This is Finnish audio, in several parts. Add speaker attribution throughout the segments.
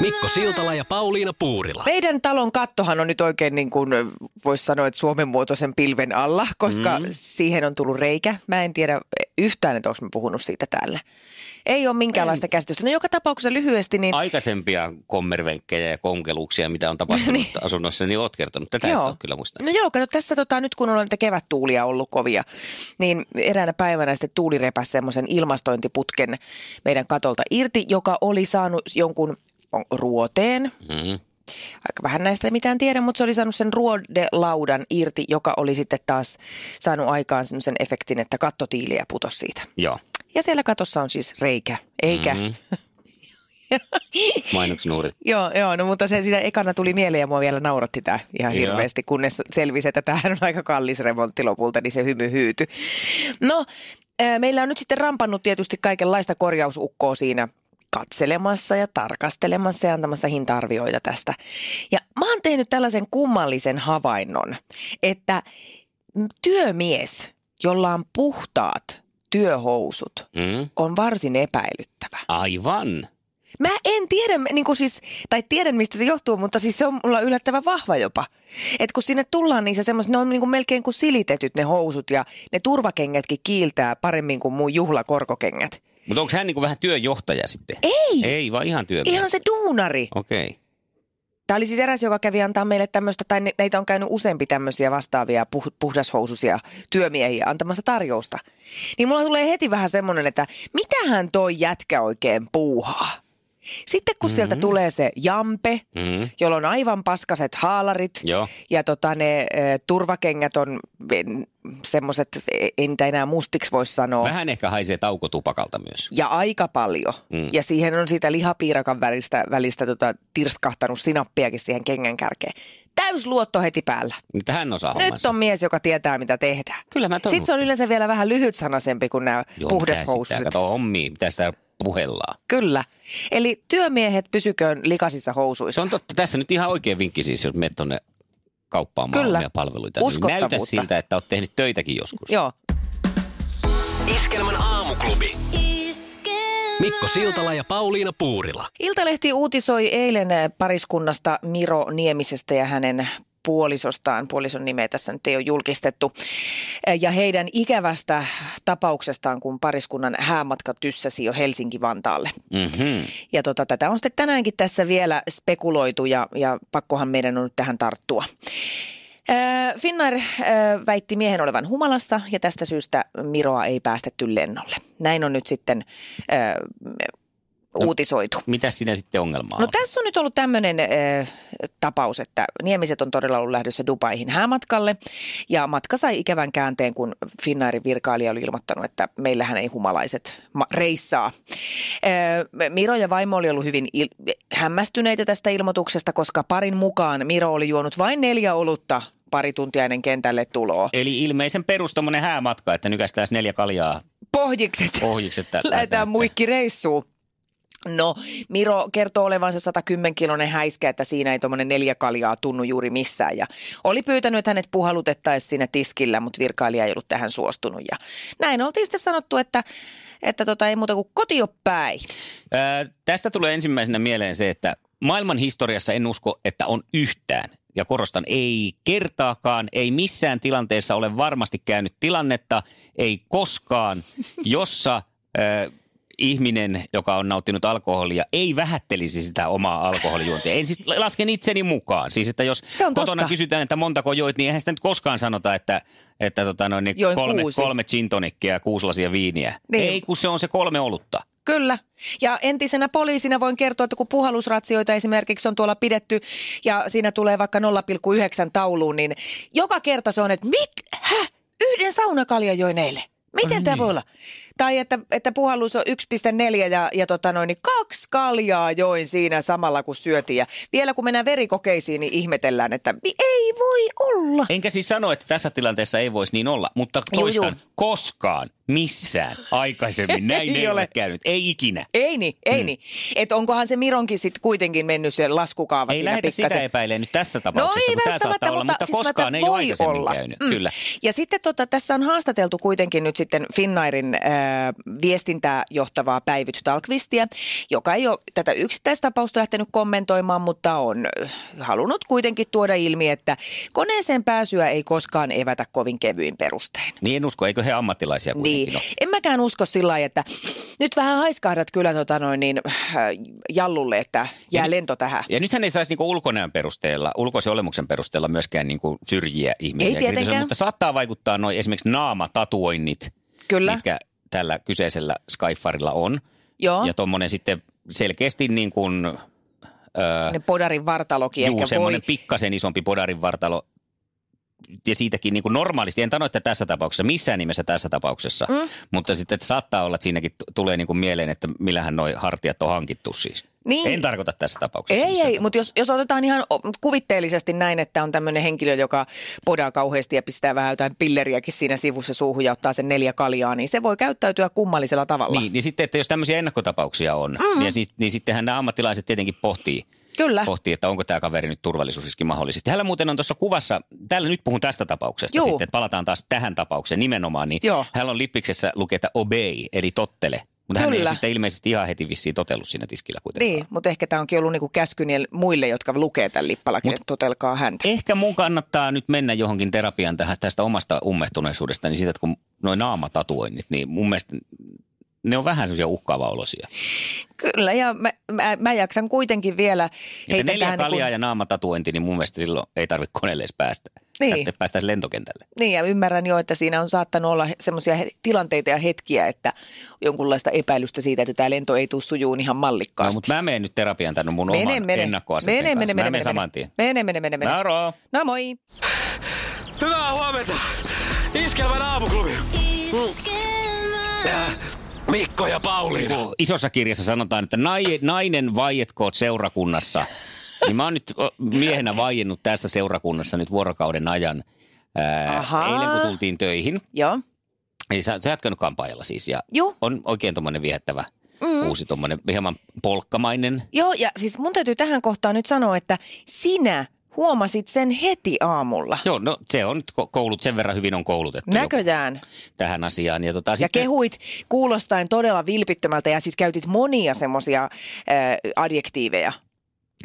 Speaker 1: Mikko Siltala ja Pauliina Puurila.
Speaker 2: Meidän talon kattohan on nyt oikein niin kuin voisi sanoa, että Suomen muotoisen pilven alla, koska mm. siihen on tullut reikä. Mä en tiedä yhtään, että onko mä puhunut siitä täällä. Ei ole minkäänlaista en. käsitystä. No joka tapauksessa lyhyesti niin...
Speaker 3: Aikaisempia kommervenkkejä ja konkeluksia, mitä on tapahtunut niin. asunnossa, niin oot kertonut. Tätä joo. et ole kyllä muista.
Speaker 2: No joo, kato, tässä tota, nyt kun on niitä kevättuulia ollut kovia, niin eräänä päivänä sitten tuuli repäsi semmoisen ilmastointiputken meidän katolta irti, joka oli saanut jonkun ruoteen. Mm-hmm. Aika vähän näistä mitään tiedä, mutta se oli saanut sen ruodelaudan irti, joka oli sitten taas saanut aikaan semmoisen efektin, että kattotiiliä putosi siitä.
Speaker 3: Joo.
Speaker 2: Ja siellä katossa on siis reikä, eikä... Mm-hmm.
Speaker 3: Mainoksnuurit.
Speaker 2: joo, joo, no mutta se siinä ekana tuli mieleen ja mua vielä nauratti tämä ihan joo. hirveästi, kunnes selvisi, että tämähän on aika kallis remontti lopulta, niin se hymy hyytyi. No, meillä on nyt sitten rampannut tietysti kaikenlaista korjausukkoa siinä katselemassa ja tarkastelemassa ja antamassa hintarvioita tästä. Ja mä oon tehnyt tällaisen kummallisen havainnon, että työmies, jolla on puhtaat työhousut, mm. on varsin epäilyttävä.
Speaker 3: Mm-hmm. Aivan.
Speaker 2: Mä en tiedä, niin kuin siis, tai tiedän mistä se johtuu, mutta siis se on mulla yllättävän vahva jopa. Et kun sinne tullaan, niin se semmos, ne on niin kuin melkein kuin silitetyt ne housut ja ne turvakengätkin kiiltää paremmin kuin mun juhlakorkokengät.
Speaker 3: Mutta onko hän niin kuin vähän työjohtaja sitten?
Speaker 2: Ei.
Speaker 3: Ei, vaan ihan työmies?
Speaker 2: Ihan se duunari.
Speaker 3: Okei. Okay.
Speaker 2: Tämä oli siis eräs, joka kävi antaa meille tämmöistä, tai näitä on käynyt useampi tämmöisiä vastaavia puh- puhdashousuisia työmiehiä antamassa tarjousta. Niin mulla tulee heti vähän semmoinen, että mitähän toi jätkä oikein puuhaa? Sitten kun mm-hmm. sieltä tulee se jampe, mm-hmm. jolla on aivan paskaset haalarit
Speaker 3: Joo.
Speaker 2: ja tota, ne e, turvakengät on e, semmoiset, en niitä enää mustiksi voi sanoa.
Speaker 3: Vähän ehkä haisee taukotupakalta myös.
Speaker 2: Ja aika paljon. Mm. Ja siihen on siitä lihapiirakan välistä, välistä tota, tirskahtanut sinappiakin siihen kengän kärkeen. Täys luotto heti päällä.
Speaker 3: Nyt hän osaa
Speaker 2: Nyt
Speaker 3: hommansa.
Speaker 2: on mies, joka tietää, mitä tehdään.
Speaker 3: Kyllä mä
Speaker 2: Sitten se on yleensä vielä vähän lyhytsanasempi kuin nämä puhdashoususet.
Speaker 3: Kato hommiin, mitä sitä puhellaan.
Speaker 2: Kyllä. Eli työmiehet pysyköön likaisissa housuissa.
Speaker 3: Se on totta. Tässä nyt ihan oikein vinkki siis, jos menet tuonne kauppaan
Speaker 2: Kyllä.
Speaker 3: omia palveluita. Niin näytä siltä, että olet tehnyt töitäkin joskus.
Speaker 2: Joo.
Speaker 1: Iskelmän aamuklubi. Mikko Siltala ja Pauliina Puurila.
Speaker 2: Iltalehti uutisoi eilen pariskunnasta Miro Niemisestä ja hänen puolisostaan, puolison nimeä tässä nyt ei ole julkistettu, ja heidän ikävästä tapauksestaan, kun pariskunnan häämatka tyssäsi jo Helsinki-Vantaalle.
Speaker 3: Mm-hmm.
Speaker 2: Ja tota, tätä on sitten tänäänkin tässä vielä spekuloitu, ja, ja pakkohan meidän on nyt tähän tarttua. Äh, Finnair äh, väitti miehen olevan humalassa ja tästä syystä Miroa ei päästetty lennolle. Näin on nyt sitten äh, no, uutisoitu.
Speaker 3: Mitä siinä sitten ongelmaa on?
Speaker 2: No tässä on nyt ollut tämmöinen äh, tapaus, että Niemiset on todella ollut lähdössä Dubaihin häämatkalle. Ja matka sai ikävän käänteen, kun Finnairin virkailija oli ilmoittanut, että meillähän ei humalaiset ma- reissaa. Äh, Miro ja vaimo oli ollut hyvin il- hämmästyneitä tästä ilmoituksesta, koska parin mukaan Miro oli juonut vain neljä olutta pari tuntia ennen kentälle tuloa.
Speaker 3: Eli ilmeisen perus tommonen häämatka, että nykästään neljä kaljaa.
Speaker 2: Pohjikset.
Speaker 3: Pohjikset.
Speaker 2: Lähdetään muikki reissuun. No, Miro kertoo olevansa 110 kilonen häiskä, että siinä ei tuommoinen neljä kaljaa tunnu juuri missään. Ja oli pyytänyt, että hänet puhalutettaisiin siinä tiskillä, mutta virkailija ei ollut tähän suostunut. Ja näin oltiin sitten sanottu, että, että tota, ei muuta kuin kotio päin.
Speaker 3: Öö, tästä tulee ensimmäisenä mieleen se, että maailman historiassa en usko, että on yhtään ja korostan, ei kertaakaan, ei missään tilanteessa ole varmasti käynyt tilannetta, ei koskaan, jossa öö, ihminen, joka on nauttinut alkoholia, ei vähättelisi sitä omaa alkoholijuontia. En siis lasken itseni mukaan. Siis että jos
Speaker 2: Se on
Speaker 3: kotona
Speaker 2: totta.
Speaker 3: kysytään, että montako joit, niin eihän sitä nyt koskaan sanota, että, että tota noin, niin
Speaker 2: Join
Speaker 3: kolme,
Speaker 2: kuusi.
Speaker 3: kolme gin tonickia ja kuusi lasia viiniä.
Speaker 2: Niin.
Speaker 3: Ei, kun se on se kolme olutta.
Speaker 2: Kyllä. Ja entisenä poliisina voin kertoa, että kun puhalusratsioita esimerkiksi on tuolla pidetty ja siinä tulee vaikka 0,9 tauluun, niin joka kerta se on, että mit, hä, yhden saunakaljan join eilen. Miten
Speaker 3: Ai
Speaker 2: tämä
Speaker 3: niin.
Speaker 2: voi olla? Tai että, että puhallus on 1,4 ja, ja tota noin, niin kaksi kaljaa join siinä samalla kun syötiin. Ja vielä kun mennään verikokeisiin, niin ihmetellään, että mi- ei voi olla.
Speaker 3: Enkä siis sano, että tässä tilanteessa ei voisi niin olla, mutta
Speaker 2: Juu,
Speaker 3: toistan,
Speaker 2: juu.
Speaker 3: koskaan, missään, aikaisemmin, näin ei,
Speaker 2: Ei
Speaker 3: ei ole
Speaker 2: ole.
Speaker 3: käynyt, ei ikinä.
Speaker 2: Ei niin, ei mm. niin. Että onkohan se Mironkin sitten kuitenkin mennyt se laskukaava
Speaker 3: Ei
Speaker 2: siinä
Speaker 3: lähdetä
Speaker 2: pikkasen. No
Speaker 3: sitä epäilemään nyt tässä tapauksessa, kun tämä saattaa olla, mutta
Speaker 2: siis
Speaker 3: koskaan
Speaker 2: mä
Speaker 3: ei ole
Speaker 2: voi Mm.
Speaker 3: aikaisemmin käynyt. Kyllä.
Speaker 2: Ja sitten tota, tässä on haastateltu kuitenkin nyt sitten Finnairin äh, viestintää johtavaa Päivit Talkvistia, joka ei ole tätä yksittäistapausta lähtenyt kommentoimaan, mutta on äh, halunnut kuitenkin tuoda ilmi, että koneeseen pääsyä ei koskaan evätä kovin kevyin perustein.
Speaker 3: Niin en usko, eikö he ammattilaisia kuitenkin
Speaker 2: Niin.
Speaker 3: ole.
Speaker 2: En mäkään usko sillä lailla, että nyt vähän haiskahdat kyllä tota noin, niin, äh, jallulle, että jää
Speaker 3: Ja-
Speaker 2: lento tähän.
Speaker 3: Ja nythän ei saisi niinku ulkonäön perusteella, ulkoisen olemuksen perusteella myöskään niinku syrjiä ihmisiä.
Speaker 2: Ei
Speaker 3: kritisoida,
Speaker 2: tietenkään.
Speaker 3: Mutta saattaa vaikuttaa noin esimerkiksi naamatatuoinnit,
Speaker 2: Kyllä,
Speaker 3: mitkä tällä kyseisellä Skyfarilla on.
Speaker 2: joo.
Speaker 3: Ja tuommoinen sitten selkeästi niin kuin, öö,
Speaker 2: Ne podarin vartalokin
Speaker 3: juu,
Speaker 2: ehkä voi.
Speaker 3: semmoinen pikkasen isompi podarin vartalo. Ja siitäkin niin kuin normaalisti, en sano, että tässä tapauksessa, missään nimessä tässä tapauksessa, mm. mutta sitten saattaa olla, että siinäkin t- tulee niin kuin mieleen, että millähän noi hartiat on hankittu siis.
Speaker 2: Niin.
Speaker 3: En tarkoita tässä tapauksessa.
Speaker 2: Ei,
Speaker 3: missään
Speaker 2: ei, mutta jos, jos otetaan ihan o- kuvitteellisesti näin, että on tämmöinen henkilö, joka podaa kauheasti ja pistää vähän jotain pilleriäkin siinä sivussa suuhun ja ottaa sen neljä kaljaa, niin se voi käyttäytyä kummallisella tavalla.
Speaker 3: Niin, niin sitten, että jos tämmöisiä ennakkotapauksia on,
Speaker 2: Mm-hmm.
Speaker 3: mm. niin, sit- niin sittenhän nämä ammattilaiset tietenkin pohtii,
Speaker 2: Kyllä.
Speaker 3: pohtii, että onko tämä kaveri nyt turvallisuusriski mahdollisesti. Hänellä muuten on tuossa kuvassa, täällä nyt puhun tästä tapauksesta
Speaker 2: Juu.
Speaker 3: sitten, että palataan taas tähän tapaukseen nimenomaan, niin
Speaker 2: Joo.
Speaker 3: hänellä on lippiksessä lukee, että obey, eli tottele. Mutta hän ei
Speaker 2: Kyllä.
Speaker 3: ole sitten ilmeisesti ihan heti vissiin totellut siinä tiskillä kuitenkaan.
Speaker 2: Niin, mutta ehkä tämä onkin ollut niinku käsky niille muille, jotka lukee tämän lippalakin, että totelkaa häntä.
Speaker 3: Ehkä mun kannattaa nyt mennä johonkin terapiaan tähän, tästä omasta ummehtuneisuudesta, niin siitä, että kun noin naamatatuoinnit, niin mun mielestä ne on vähän semmoisia uhkaava olosia.
Speaker 2: Kyllä, ja mä, mä, mä jaksan kuitenkin vielä
Speaker 3: Että
Speaker 2: heitä
Speaker 3: neljä
Speaker 2: tähän... niinku-
Speaker 3: kaljaa ja naamatatuointi, niin mun mielestä silloin ei tarvitse koneelle edes päästä.
Speaker 2: Niin.
Speaker 3: Tästä päästäisiin lentokentälle.
Speaker 2: Niin, ja ymmärrän jo, että siinä on saattanut olla semmoisia tilanteita ja hetkiä, että jonkunlaista epäilystä siitä, että tämä lento ei tule sujuun ihan
Speaker 3: No,
Speaker 2: mallikkaasti.
Speaker 3: mutta mä menen nyt terapiaan tämän mun mene, oman mene. ennakkoasenteen
Speaker 2: mene,
Speaker 3: kanssa. mä
Speaker 2: mene, mene,
Speaker 3: menen
Speaker 2: mene,
Speaker 3: saman tien.
Speaker 2: Mene, mene, mene, mene.
Speaker 3: Moro!
Speaker 2: No moi.
Speaker 1: Hyvää huomenta! Iskelmän aamuklubi! Äh, Mikko ja Pauliina.
Speaker 3: Isossa kirjassa sanotaan, että nai- nainen vaietkoot seurakunnassa. niin mä oon nyt ö, miehenä vaiennut tässä seurakunnassa nyt vuorokauden ajan. Ää,
Speaker 2: Ahaa.
Speaker 3: eilen kun tultiin töihin,
Speaker 2: Joo.
Speaker 3: Eli sä, sä oot käynyt kampaajalla siis ja
Speaker 2: Juu.
Speaker 3: on oikein tuommoinen viehättävä mm. uusi tuommoinen hieman polkkamainen.
Speaker 2: Joo, ja siis mun täytyy tähän kohtaan nyt sanoa, että sinä huomasit sen heti aamulla.
Speaker 3: Joo, no se on nyt ko- koulut, sen verran hyvin on koulutettu Näkö...
Speaker 2: Näköjään.
Speaker 3: tähän asiaan. Ja, tota,
Speaker 2: Ja kehuit kuulostain todella vilpittömältä ja siis käytit monia semmoisia äh, adjektiiveja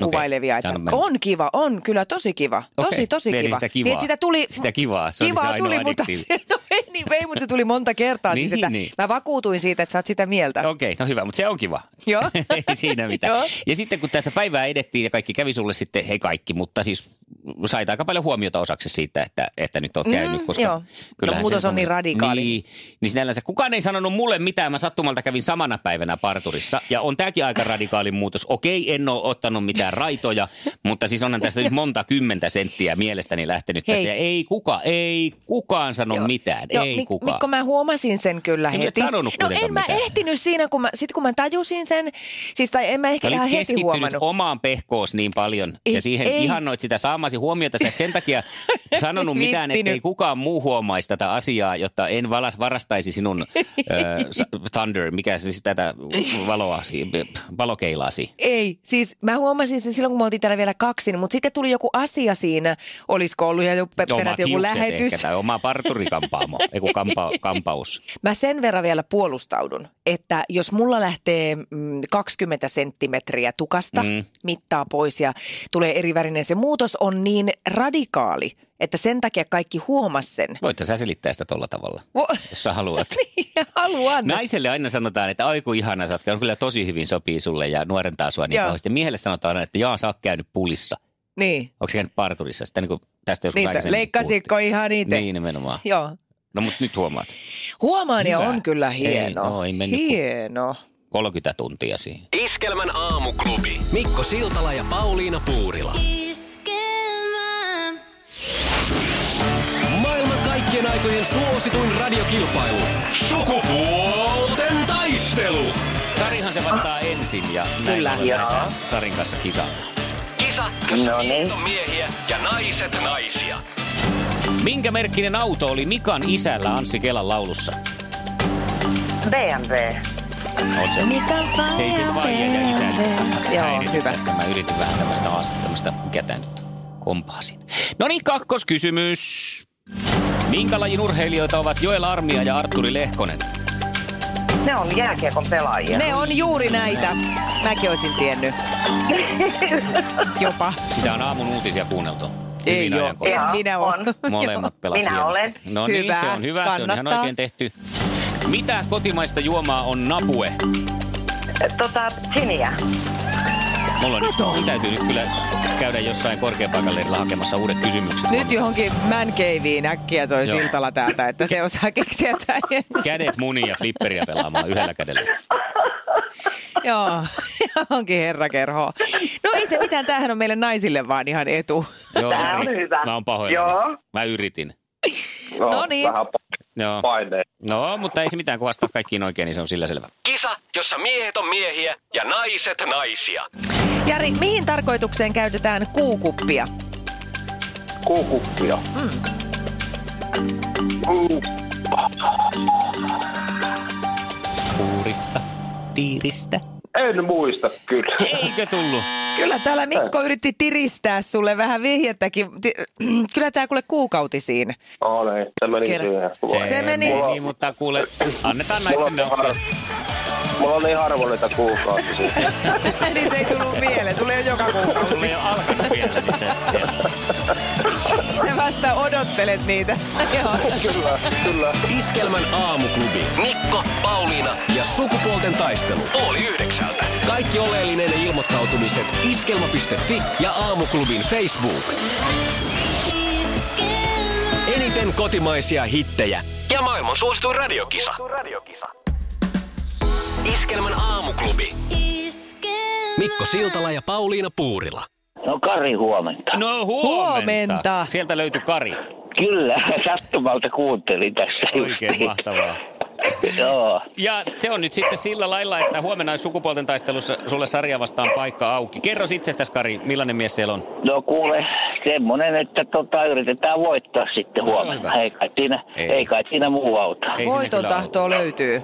Speaker 2: kuvailevia, että
Speaker 3: anna mennä.
Speaker 2: on kiva, on kyllä tosi kiva, tosi
Speaker 3: Okei,
Speaker 2: tosi
Speaker 3: niin eli
Speaker 2: kiva.
Speaker 3: sitä
Speaker 2: Niin,
Speaker 3: kivaa.
Speaker 2: että sitä tuli,
Speaker 3: Sitä kivaa, se oli
Speaker 2: kivaa
Speaker 3: se ainoa
Speaker 2: tuli, mutta,
Speaker 3: adjektiivi.
Speaker 2: no ei niin, ei, mutta se tuli monta kertaa.
Speaker 3: Niin,
Speaker 2: siis, että
Speaker 3: niin.
Speaker 2: Mä vakuutuin siitä, että sä oot sitä mieltä.
Speaker 3: Okei, okay, no hyvä, mutta se on kiva.
Speaker 2: Joo.
Speaker 3: Ei siinä mitään.
Speaker 2: Joo.
Speaker 3: ja sitten kun tässä päivää edettiin ja kaikki kävi sulle sitten, hei kaikki, mutta siis sait aika paljon huomiota osaksi siitä, että, että nyt oot käynyt.
Speaker 2: Mm,
Speaker 3: koska
Speaker 2: joo. No,
Speaker 3: kyllähän
Speaker 2: muutos
Speaker 3: se
Speaker 2: on niin radikaali.
Speaker 3: Niin, niin sinällänsä kukaan ei sanonut mulle mitään. Mä sattumalta kävin samana päivänä parturissa ja on tämäkin aika radikaali muutos. Okei, en ole ottanut mitään raitoja, mutta siis onhan tästä nyt monta kymmentä senttiä mielestäni lähtenyt tästä.
Speaker 2: Hei.
Speaker 3: Ja ei kuka, ei kukaan sano
Speaker 2: Joo.
Speaker 3: No mitään,
Speaker 2: Joo,
Speaker 3: ei
Speaker 2: Mik-
Speaker 3: kukaan.
Speaker 2: Mikko, mä huomasin sen kyllä
Speaker 3: Niin,
Speaker 2: heti.
Speaker 3: mut et sanonut
Speaker 2: no
Speaker 3: kuitenkaan
Speaker 2: en mä
Speaker 3: mitään.
Speaker 2: ehtinyt siinä, kun mä, sit kun mä tajusin sen, siis tai en mä ehkä
Speaker 3: Sä
Speaker 2: ihan
Speaker 3: olit
Speaker 2: heti
Speaker 3: keskittynyt
Speaker 2: huomannut.
Speaker 3: omaan pehkoos niin paljon ei,
Speaker 2: Ei,
Speaker 3: ja siihen ei.
Speaker 2: ei.
Speaker 3: ihannoit sitä saamasi huomiota. Sä et sen takia sanonut mitään, että
Speaker 2: Viittinyt.
Speaker 3: ei kukaan muu huomaisi tätä asiaa, jotta en valas, varastaisi sinun äh, thunder, mikä se siis tätä valoasi, valokeilaasi.
Speaker 2: Ei, siis mä huomasin sen silloin, kun me oltiin täällä vielä kaksin, mutta sitten tuli joku asia siinä, olisiko ollut jo pe-
Speaker 3: Omat
Speaker 2: peräti joku
Speaker 3: hiukset
Speaker 2: lähetys.
Speaker 3: Ehkä, tai oma parturikampaamo, ei kun kampa, kampaus.
Speaker 2: Mä sen verran vielä puolustaudun, että jos mulla lähtee mm, 20 senttimetriä tukasta
Speaker 3: Mm.
Speaker 2: mm. mittaa pois ja tulee eri värinen, se muutos on niin radikaali, että sen takia kaikki huomas sen.
Speaker 3: Voitte sä selittää sitä tolla tavalla,
Speaker 2: Vo-
Speaker 3: jos sä haluat.
Speaker 2: niin, haluan.
Speaker 3: Naiselle aina sanotaan, että ai kun ihana sä oot käynyt, kyllä tosi hyvin sopii sulle ja nuorentaa sua niin
Speaker 2: Joo.
Speaker 3: kauheasti. Miehelle sanotaan aina, että jaa sä oot käynyt pulissa.
Speaker 2: Niin.
Speaker 3: Onko se käynyt parturissa? Sitä niin kuin tästä joskus
Speaker 2: Niitä,
Speaker 3: aikaisemmin
Speaker 2: leikkasitko ihan itse?
Speaker 3: puhuttiin. Niin nimenomaan.
Speaker 2: Joo.
Speaker 3: No mutta nyt huomaat.
Speaker 2: Huomaan ja
Speaker 3: Hyvä.
Speaker 2: on kyllä
Speaker 3: Ei,
Speaker 2: hieno.
Speaker 3: no, ei mennyt kuin-
Speaker 2: hieno.
Speaker 3: 30 tuntia siihen.
Speaker 1: Iskelmän aamuklubi. Mikko Siltala ja Pauliina Puurila. Maailman kaikkien aikojen suosituin radiokilpailu. Sukupuolten
Speaker 4: Keskustelu.
Speaker 3: Sarihan se vastaa ensin ja näin
Speaker 2: Kyllä.
Speaker 3: ollen
Speaker 5: Joo.
Speaker 3: lähdetään Sarin kanssa kisaamaan.
Speaker 4: Kisa, jossa
Speaker 5: No niin.
Speaker 4: miehet on miehiä ja naiset naisia.
Speaker 3: Minkä merkkinen auto oli Mikan isällä Anssi Kelan laulussa?
Speaker 5: BMW.
Speaker 3: Oot se? Se ei siinä vaije ja isä.
Speaker 2: Joo, hyvä.
Speaker 3: Tässä mä yritin vähän tämmöistä asettamista. Mikä tää nyt on? kompaa siinä. No niin, kakkoskysymys. Minkä lajin urheilijoita ovat Joel Armia ja Arturi Lehkonen?
Speaker 5: Ne on jääkiekon pelaajia.
Speaker 2: Ne on juuri näitä. Mäkin olisin tiennyt. Jopa.
Speaker 3: Sitä on aamun uutisia kuunneltu.
Speaker 2: Ei
Speaker 3: Hyvin
Speaker 2: ole.
Speaker 3: ajankohtaista.
Speaker 2: En
Speaker 5: Jaa,
Speaker 2: minä ole.
Speaker 5: on.
Speaker 3: Molemmat pelasivat.
Speaker 5: Minä olen.
Speaker 3: No niin,
Speaker 2: Hyvä,
Speaker 3: se on hyvä, se on ihan
Speaker 2: kannattaa.
Speaker 3: oikein tehty. Mitä kotimaista juomaa on napue?
Speaker 5: Tota, Giniä.
Speaker 3: Mulla on nyt,
Speaker 2: Kato.
Speaker 3: mun täytyy nyt kyllä käydä jossain korkeapaikalla hakemassa uudet kysymykset.
Speaker 2: Nyt johonkin man caveen äkkiä toi
Speaker 3: Joo.
Speaker 2: Siltala täältä, että se osaa keksiä tämän.
Speaker 3: Kädet muniin ja flipperiä pelaamaan yhdellä kädellä.
Speaker 2: Joo, johonkin herrakerhoon. No ei se mitään, tämähän on meille naisille vaan ihan etu.
Speaker 3: Joo,
Speaker 5: Tää on
Speaker 3: Jari,
Speaker 5: hyvä.
Speaker 3: Mä oon pahoillani.
Speaker 5: Joo.
Speaker 3: Mä yritin.
Speaker 2: No niin.
Speaker 6: Vähän
Speaker 3: Joo.
Speaker 6: paineen.
Speaker 3: No, mutta ei se mitään, kun vastaat kaikkiin oikein, niin se on sillä selvä.
Speaker 4: Kisa, jossa miehet on miehiä ja naiset naisia.
Speaker 2: Jari, mihin tarkoitukseen käytetään kuukuppia?
Speaker 6: Kuukuppia. Kuu-
Speaker 3: Puurista, tiiristä.
Speaker 6: En muista kyllä.
Speaker 3: Eikö tullut?
Speaker 2: Kyllä täällä Mikko yritti tiristää sulle vähän vihjettäkin. Ti- Kyllä tää kuule kuukautisiin.
Speaker 6: Oh, niin. Se meni
Speaker 2: Kerro.
Speaker 6: siihen.
Speaker 2: Se meni-
Speaker 3: Niin, mutta kuule, annetaan
Speaker 6: Mulla
Speaker 3: naisten
Speaker 6: on, niin
Speaker 3: neuvoa.
Speaker 6: har... Mulla on niin harvoin niitä kuukausia. Siis.
Speaker 2: niin se ei tullut mieleen, sulle on joka
Speaker 3: Sulla
Speaker 2: kuukausi.
Speaker 3: ei ole alkanut vielä niin se.
Speaker 2: Se vasta odottelet niitä. Joo.
Speaker 6: kyllä, kyllä.
Speaker 1: Iskelmän aamuklubi.
Speaker 4: Mikko, Pauliina
Speaker 1: Ja sukupuolten taistelu.
Speaker 4: oli yhdeksältä.
Speaker 1: Kaikki oleellinen ilmoittautumiset iskelma.fi ja aamuklubin Facebook. Eniten kotimaisia hittejä
Speaker 4: Ja maailman suosituin radiokisa. Iskelmän aamuklubi.
Speaker 1: Mikko Siltala ja Pauliina Puurila.
Speaker 5: No Kari huomenta.
Speaker 3: No huomenta.
Speaker 2: Huomenta.
Speaker 3: Sieltä löytyi Kari.
Speaker 5: Kyllä, sattumalta kuuntelin tässä
Speaker 3: Oikein mahtavaa.
Speaker 5: Joo.
Speaker 3: Ja se on nyt sitten sillä lailla, että huomenna on sukupuolten taistelussa sulle sarja vastaan paikka auki. Kerro itsestäsi, Kari, millainen mies siellä on?
Speaker 5: No kuule, semmonen, että tota, yritetään voittaa sitten
Speaker 3: No,
Speaker 5: huomenna.
Speaker 3: hyvä.
Speaker 5: Ei kai siinä,
Speaker 3: Ei.
Speaker 5: ei. Ei kai siinä muu auta.
Speaker 3: Ei siinä
Speaker 2: Voiton
Speaker 3: kyllä
Speaker 2: tahtoa löytyy.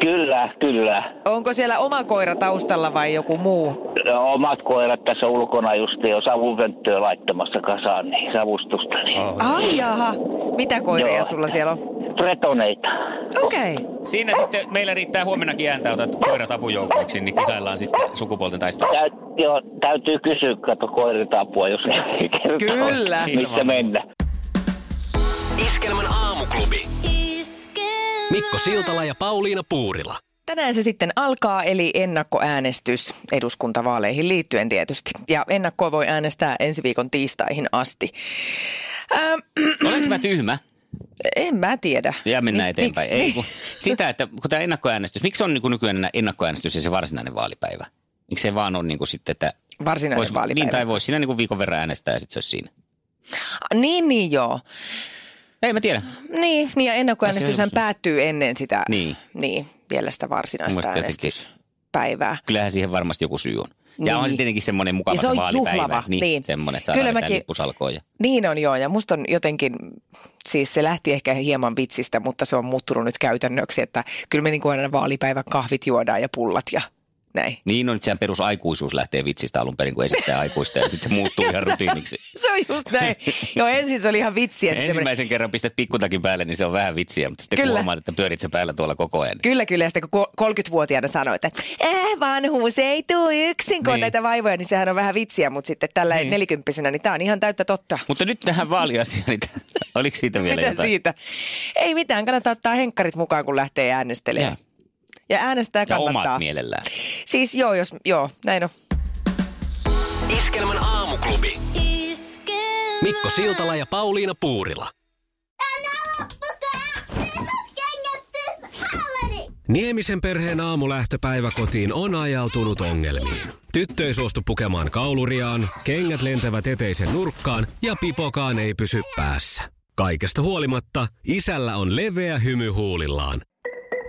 Speaker 5: Kyllä, kyllä.
Speaker 2: Onko siellä oma koira taustalla vai joku muu?
Speaker 5: No, Omat koirat tässä ulkona just jo savuvönttöä laittamassa kasaan, niin savustusta. Niin.
Speaker 3: ollut.
Speaker 2: Ai jaha, mitä koiria
Speaker 5: Joo.
Speaker 2: sulla siellä on?
Speaker 5: Bretoneita.
Speaker 2: Okei.
Speaker 3: Siinä sitten meillä riittää huomenakin ääntä, otat koirat apujoukoiksi, niin kisaillaan sitten sukupuolten taistelussa.
Speaker 5: Täyt, joo, täytyy kysyä, kato koirilta apua, jos ne kertoo,
Speaker 2: Kyllä.
Speaker 5: missä mennä.
Speaker 4: Iskelmän aamuklubi.
Speaker 1: Mikko Siltala ja Pauliina Puurila.
Speaker 2: Tänään se sitten alkaa, eli ennakkoäänestys eduskuntavaaleihin liittyen tietysti. Ja ennakkoa voi äänestää ensi viikon tiistaihin asti. Ähm,
Speaker 3: Olenko mä tyhmä?
Speaker 2: en mä tiedä.
Speaker 3: Ja mennään
Speaker 2: Mik-
Speaker 3: eteenpäin.
Speaker 2: miksi-
Speaker 3: Ei, kun, sitä, että kun tämä ennakkoäänestys, miksi on niin kuin nykyään enää ennakkoäänestys ja se varsinainen vaalipäivä? Miksi se vaan on niin kuin sitten, että
Speaker 2: Varsinainen
Speaker 3: vois,
Speaker 2: vaalipäivä.
Speaker 3: niin, tai voisi siinä niin kuin viikon verran äänestää ja sitten se olisi siinä.
Speaker 2: Niin, niin joo.
Speaker 3: Ei mä tiedä.
Speaker 2: Niin, niin ja
Speaker 3: Tässä
Speaker 2: ennakkoäänestyshän
Speaker 3: on-
Speaker 2: päättyy ennen sitä,
Speaker 3: Niin.
Speaker 2: niin vielä sitä
Speaker 3: Mun
Speaker 2: varsinaista
Speaker 3: mielestä jotenkin,
Speaker 2: äänestyspäivää.
Speaker 3: kyllähän siihen varmasti joku syy on. Ja
Speaker 2: Niin.
Speaker 3: niin. onhan se tietenkin semmoinen mukava
Speaker 2: Ja se on
Speaker 3: vaalipäivä.
Speaker 2: juhlava,
Speaker 3: Niin,
Speaker 2: niin.
Speaker 3: Semmoinen, että
Speaker 2: Kyllä
Speaker 3: saadaan
Speaker 2: mäkin-
Speaker 3: mäkin... lippusalkoon. Ja...
Speaker 2: Niin on joo, ja musta on jotenkin, siis se lähti ehkä hieman vitsistä, mutta se on muuttunut nyt käytännöksi, että kyllä me niin kuin aina vaalipäivän kahvit juodaan ja pullat ja näin.
Speaker 3: Niin on, että sehän perusaikuisuus lähtee vitsistä alun perin, kun esittää aikuista ja sitten se muuttuu ihan rutiiniksi.
Speaker 2: Se on just näin. Joo, ensin se oli ihan vitsiä. sitten semmoinen-
Speaker 3: Ensimmäisen kerran pistät pikkutakin päälle, niin se on vähän vitsiä, mutta sitten
Speaker 2: Kyllä.
Speaker 3: kun huomaat, että pyörit sä päällä tuolla koko ajan.
Speaker 2: Kyllä, kyllä. Ja sitten kun ko- 30-vuotiaana sanoi, että äh, vanhuus ei tuu yksin, kun niin.
Speaker 3: Niin.
Speaker 2: näitä vaivoja, niin sehän on vähän vitsiä, mutta sitten tällä niin. nelikymppisenä, niin tämä on ihan täyttä totta.
Speaker 3: Mutta nyt tähän vaaliasiaan, niin t- oliko siitä vielä
Speaker 2: Mitä
Speaker 3: jotain?
Speaker 2: siitä? Ei mitään, kannattaa ottaa henkkarit mukaan, kun lähtee äänestelemään.
Speaker 3: Ja,
Speaker 2: Ja äänestää
Speaker 3: ja
Speaker 2: kannattaa.
Speaker 3: omat mielellään.
Speaker 2: Siis joo, jos, joo, näin on.
Speaker 4: Iskelmän aamuklubi.
Speaker 1: Mikko Siltala ja Pauliina Puurila. Niemisen perheen aamulähtöpäivä kotiin on ajautunut ongelmiin. Tyttö ei suostu pukemaan kauluriaan, kengät lentävät eteisen nurkkaan ja pipokaan ei pysy päässä. Kaikesta huolimatta, isällä on leveä hymy huulillaan.